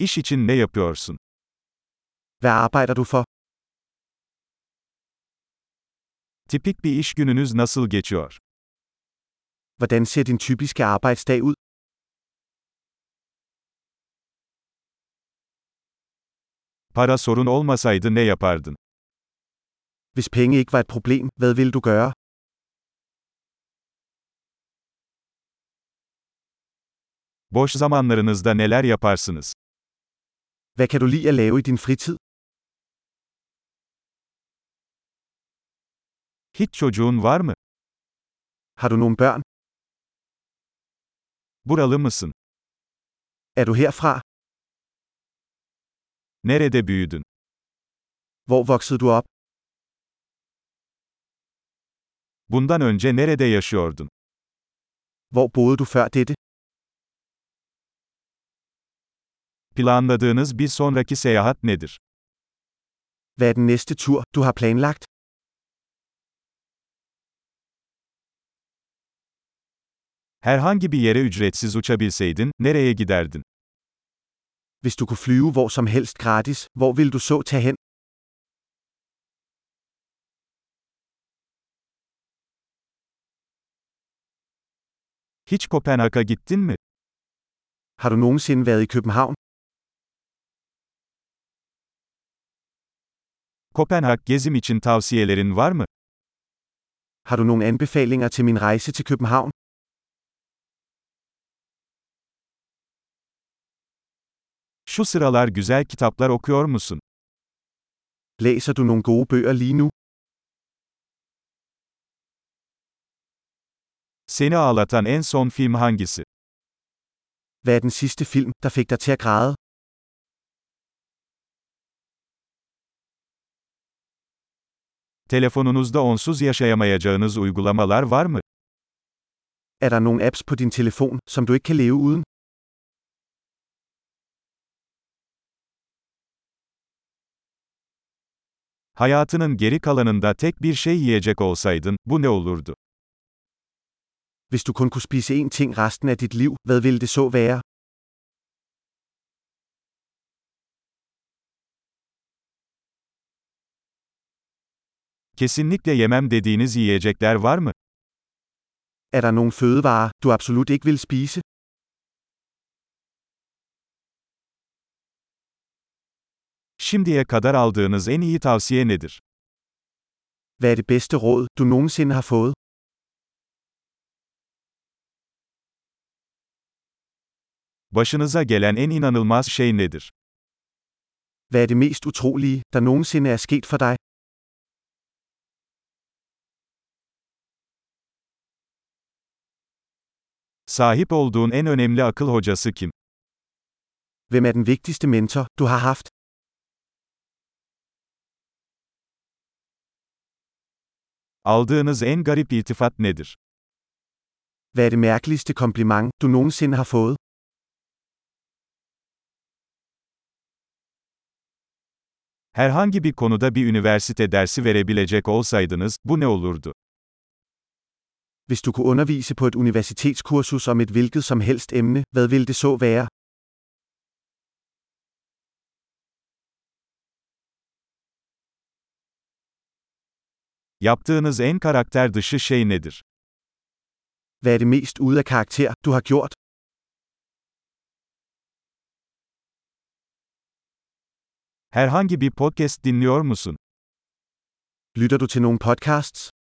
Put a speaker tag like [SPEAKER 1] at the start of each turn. [SPEAKER 1] İş için ne yapıyorsun?
[SPEAKER 2] Hvad arbejder du for?
[SPEAKER 1] Tipik bir iş gününüz nasıl geçiyor?
[SPEAKER 2] Hvordan ser din typiske arbejdsdag ud?
[SPEAKER 1] Para sorun olmasaydı ne yapardın?
[SPEAKER 2] Hvis penge ikke var et problem, hvad ville du gøre?
[SPEAKER 1] Boş zamanlarınızda neler yaparsınız?
[SPEAKER 2] Hvad kan du lide at lave i din fritid?
[SPEAKER 1] Hiç çocuğun var mı?
[SPEAKER 2] Har du nogle børn?
[SPEAKER 1] Buralı mısın?
[SPEAKER 2] Er du herfra?
[SPEAKER 1] Nerede büyüdün?
[SPEAKER 2] Hvor voksede du op?
[SPEAKER 1] Bundan önce nerede yaşıyordun?
[SPEAKER 2] Hvor boede du før dette?
[SPEAKER 1] Planladığınız bir sonraki seyahat nedir?
[SPEAKER 2] Hvad er den næste tur, du har planlagt?
[SPEAKER 1] Herhangi bir yere ücretsiz uçabilseydin, nereye giderdin?
[SPEAKER 2] Hvis du kunne flyve hvor som helst gratis, hvor ville du så tage hen?
[SPEAKER 1] Hiç Kopenhag'a gittin mi?
[SPEAKER 2] Har du nogensinde været i København?
[SPEAKER 1] Kopenhag gezim için tavsiyelerin var mı?
[SPEAKER 2] Har du nogle anbefalinger til min rejse til København?
[SPEAKER 1] Şu sıralar güzel kitaplar okuyor musun?
[SPEAKER 2] Læser du nogle gode bøger lige nu?
[SPEAKER 1] Seni ağlatan en son film hangisi?
[SPEAKER 2] Hvad er den sidste film, der fik dig til at græde?
[SPEAKER 1] Telefonunuzda onsuz yaşayamayacağınız uygulamalar var mı?
[SPEAKER 2] Er der nogle apps på din telefon, som du ikke kan leve uden?
[SPEAKER 1] Hayatının geri kalanında tek bir şey yiyecek olsaydın, bu ne olurdu?
[SPEAKER 2] Hvis du kun kunne spise én ting resten af dit liv, hvad ville det så være?
[SPEAKER 1] Kesinlikle yemem dediğiniz yiyecekler var mı?
[SPEAKER 2] Er der nogle fødevarer, du absolut ikke vil spise?
[SPEAKER 1] Şimdiye kadar aldığınız en iyi tavsiye nedir?
[SPEAKER 2] Hvad er det bedste råd, du nogensinde har fået?
[SPEAKER 1] Başınıza gelen en inanılmaz şey nedir?
[SPEAKER 2] Hvad er det mest utrolige, der nogensinde er sket for dig?
[SPEAKER 1] Sahip olduğun en önemli akıl hocası kim?
[SPEAKER 2] Hvem er den vigtigste mentor, du har haft?
[SPEAKER 1] Aldığınız en garip iltifat nedir?
[SPEAKER 2] Hvad er det mærkeligste kompliment, du nogensinde har fået?
[SPEAKER 1] Herhangi bir konuda bir üniversite dersi verebilecek olsaydınız, bu ne olurdu?
[SPEAKER 2] Hvis du kunne undervise på et universitetskursus om et hvilket som helst emne, hvad ville det så være?
[SPEAKER 1] Yaptığınız en karakter dışı şey nedir?
[SPEAKER 2] Hvad er det mest ude af karakter, du har gjort?
[SPEAKER 1] Herhangi bir podcast dinliyor musun?
[SPEAKER 2] Lytter du til nogle podcasts?